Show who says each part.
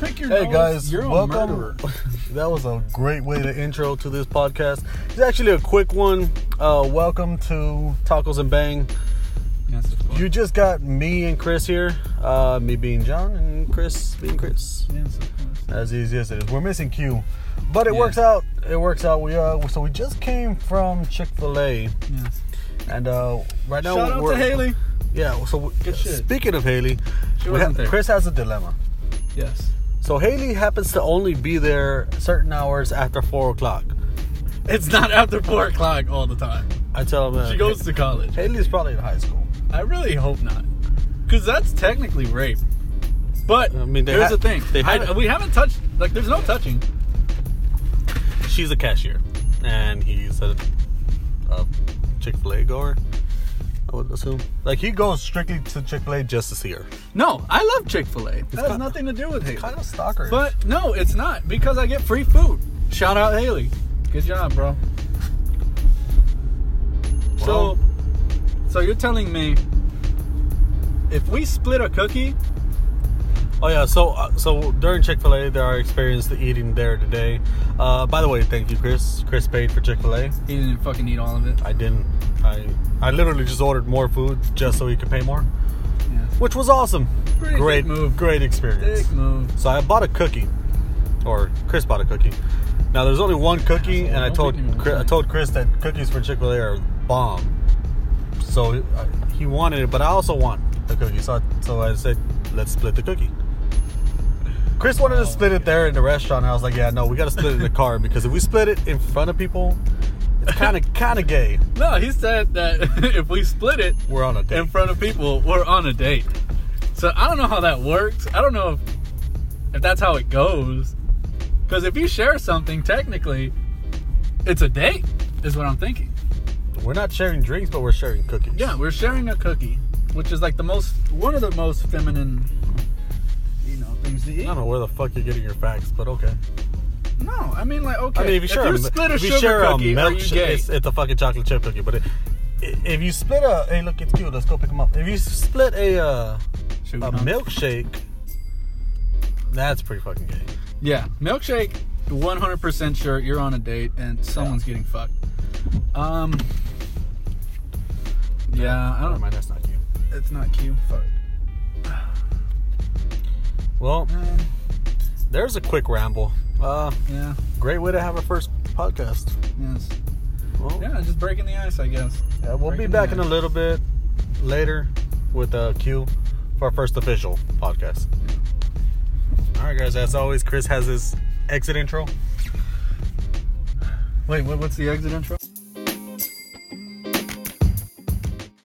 Speaker 1: pick your
Speaker 2: Hey
Speaker 1: nose.
Speaker 2: guys,
Speaker 1: You're a
Speaker 2: welcome.
Speaker 1: murderer.
Speaker 2: that was a great way to intro to this podcast. It's actually a quick one. Uh, welcome to Tacos and Bang.
Speaker 1: Yes, it's fucked.
Speaker 2: You just got me and Chris here. Uh, me being John and Chris being Chris.
Speaker 1: Yes, it's fucked.
Speaker 2: As easy as it is. We're missing Q, but it
Speaker 1: Yeah.
Speaker 2: works out. It works out. We uh, so we just came from Chick Fil A,
Speaker 1: Yes.
Speaker 2: and uh, right now
Speaker 1: Shout out
Speaker 2: we're
Speaker 1: to Haley.
Speaker 2: Yeah. So we-
Speaker 1: Good shit.
Speaker 2: speaking of Haley,
Speaker 1: She
Speaker 2: we
Speaker 1: wasn't
Speaker 2: ha-
Speaker 1: there.
Speaker 2: Chris has a dilemma.
Speaker 1: Yes.
Speaker 2: So Haley happens to only be there certain hours after four o'clock.
Speaker 1: It's not after four o'clock all the time.
Speaker 2: I tell him uh,
Speaker 1: She goes to college.
Speaker 2: Haley's probably in high school.
Speaker 1: I really hope not, because that's technically rape. But
Speaker 2: I mean, they
Speaker 1: here's
Speaker 2: ha-
Speaker 1: the thing:
Speaker 2: they
Speaker 1: I-
Speaker 2: haven't-
Speaker 1: we haven't touched. Like, there's no touching.
Speaker 2: She's a cashier, and he's a, a Chick Fil A goer. I would assume. Like he goes strictly to Chick Fil A just to see her.
Speaker 1: No, I love Chick Fil A. That has
Speaker 2: kind-
Speaker 1: nothing to do with Haley.
Speaker 2: Kind of stalker.
Speaker 1: But no, it's not because I get free food. Shout out Haley. Good job, bro.
Speaker 2: Well-
Speaker 1: so, so you're telling me if we split a cookie,
Speaker 2: oh yeah. So uh, so during Chick Fil A, there are experienced eating there today. Uh, by the way, thank you, Chris. Chris paid for Chick Fil A.
Speaker 1: he didn't fucking eat all of it.
Speaker 2: I didn't. I I literally just ordered more food just so he could pay more, which was awesome.
Speaker 1: Pretty dick
Speaker 2: great
Speaker 1: move.
Speaker 2: Great experience.
Speaker 1: Dick move.
Speaker 2: So I bought a cookie, or Chris bought a cookie. Now there's only one cookie, and I
Speaker 1: Don't
Speaker 2: told
Speaker 1: pick me with
Speaker 2: Chris, I
Speaker 1: that.
Speaker 2: told Chris that cookies for Chick Fil A are bomb. So he- I- he wanted it, but I also want the cookie. So I, so I said, let's split the cookie. Chris wanted
Speaker 1: Oh,
Speaker 2: to split it there in the restaurant. And I was like, yeah, no, we got to split it in the car because if we split it in front of people, it's kind of kind of gay.
Speaker 1: No, he said that if we split it
Speaker 2: We're on a date.
Speaker 1: in front of people, we're on a date. So I don't know how that works. I don't know if, if that's how it goes. Because if you share something, technically, it's a date. Is what I'm thinking.
Speaker 2: We're not sharing drinks, but we're sharing cookies.
Speaker 1: Yeah, we're sharing a cookie, which is like the most one of the most feminine, you know, things to
Speaker 2: I
Speaker 1: eat.
Speaker 2: don't know where the fuck you're getting your facts, but okay.
Speaker 1: No, I mean like okay.
Speaker 2: I mean, if you share, a,
Speaker 1: split a
Speaker 2: if you
Speaker 1: sugar
Speaker 2: share
Speaker 1: cookie,
Speaker 2: a
Speaker 1: are
Speaker 2: milk,
Speaker 1: you
Speaker 2: sh-
Speaker 1: gay?
Speaker 2: it's, it's a fucking chocolate chip cookie. But it, i- if you split a, hey, look, it's cute. Let's go pick them up. If you split a uh,
Speaker 1: Shoot,
Speaker 2: a
Speaker 1: huh?
Speaker 2: milkshake, that's pretty fucking gay.
Speaker 1: Yeah, milkshake, 100% sure you're on a date and someone's getting fucked. Um. Yeah, I
Speaker 2: Never
Speaker 1: don't.
Speaker 2: mind, that's not you.
Speaker 1: It's not cute. Fuck.
Speaker 2: Well,
Speaker 1: Uh,
Speaker 2: there's a quick ramble. Uh,
Speaker 1: yeah.
Speaker 2: great way to have our first podcast.
Speaker 1: Yes.
Speaker 2: Well,
Speaker 1: Yeah, just breaking the ice, I guess.
Speaker 2: uh, we'll be
Speaker 1: breaking
Speaker 2: back
Speaker 1: the
Speaker 2: in a
Speaker 1: ice.
Speaker 2: little bit later with uh, Q for our first official podcast. All right, guys. As always, Chris has his exit intro.
Speaker 1: Wait, what, what's the exit intro?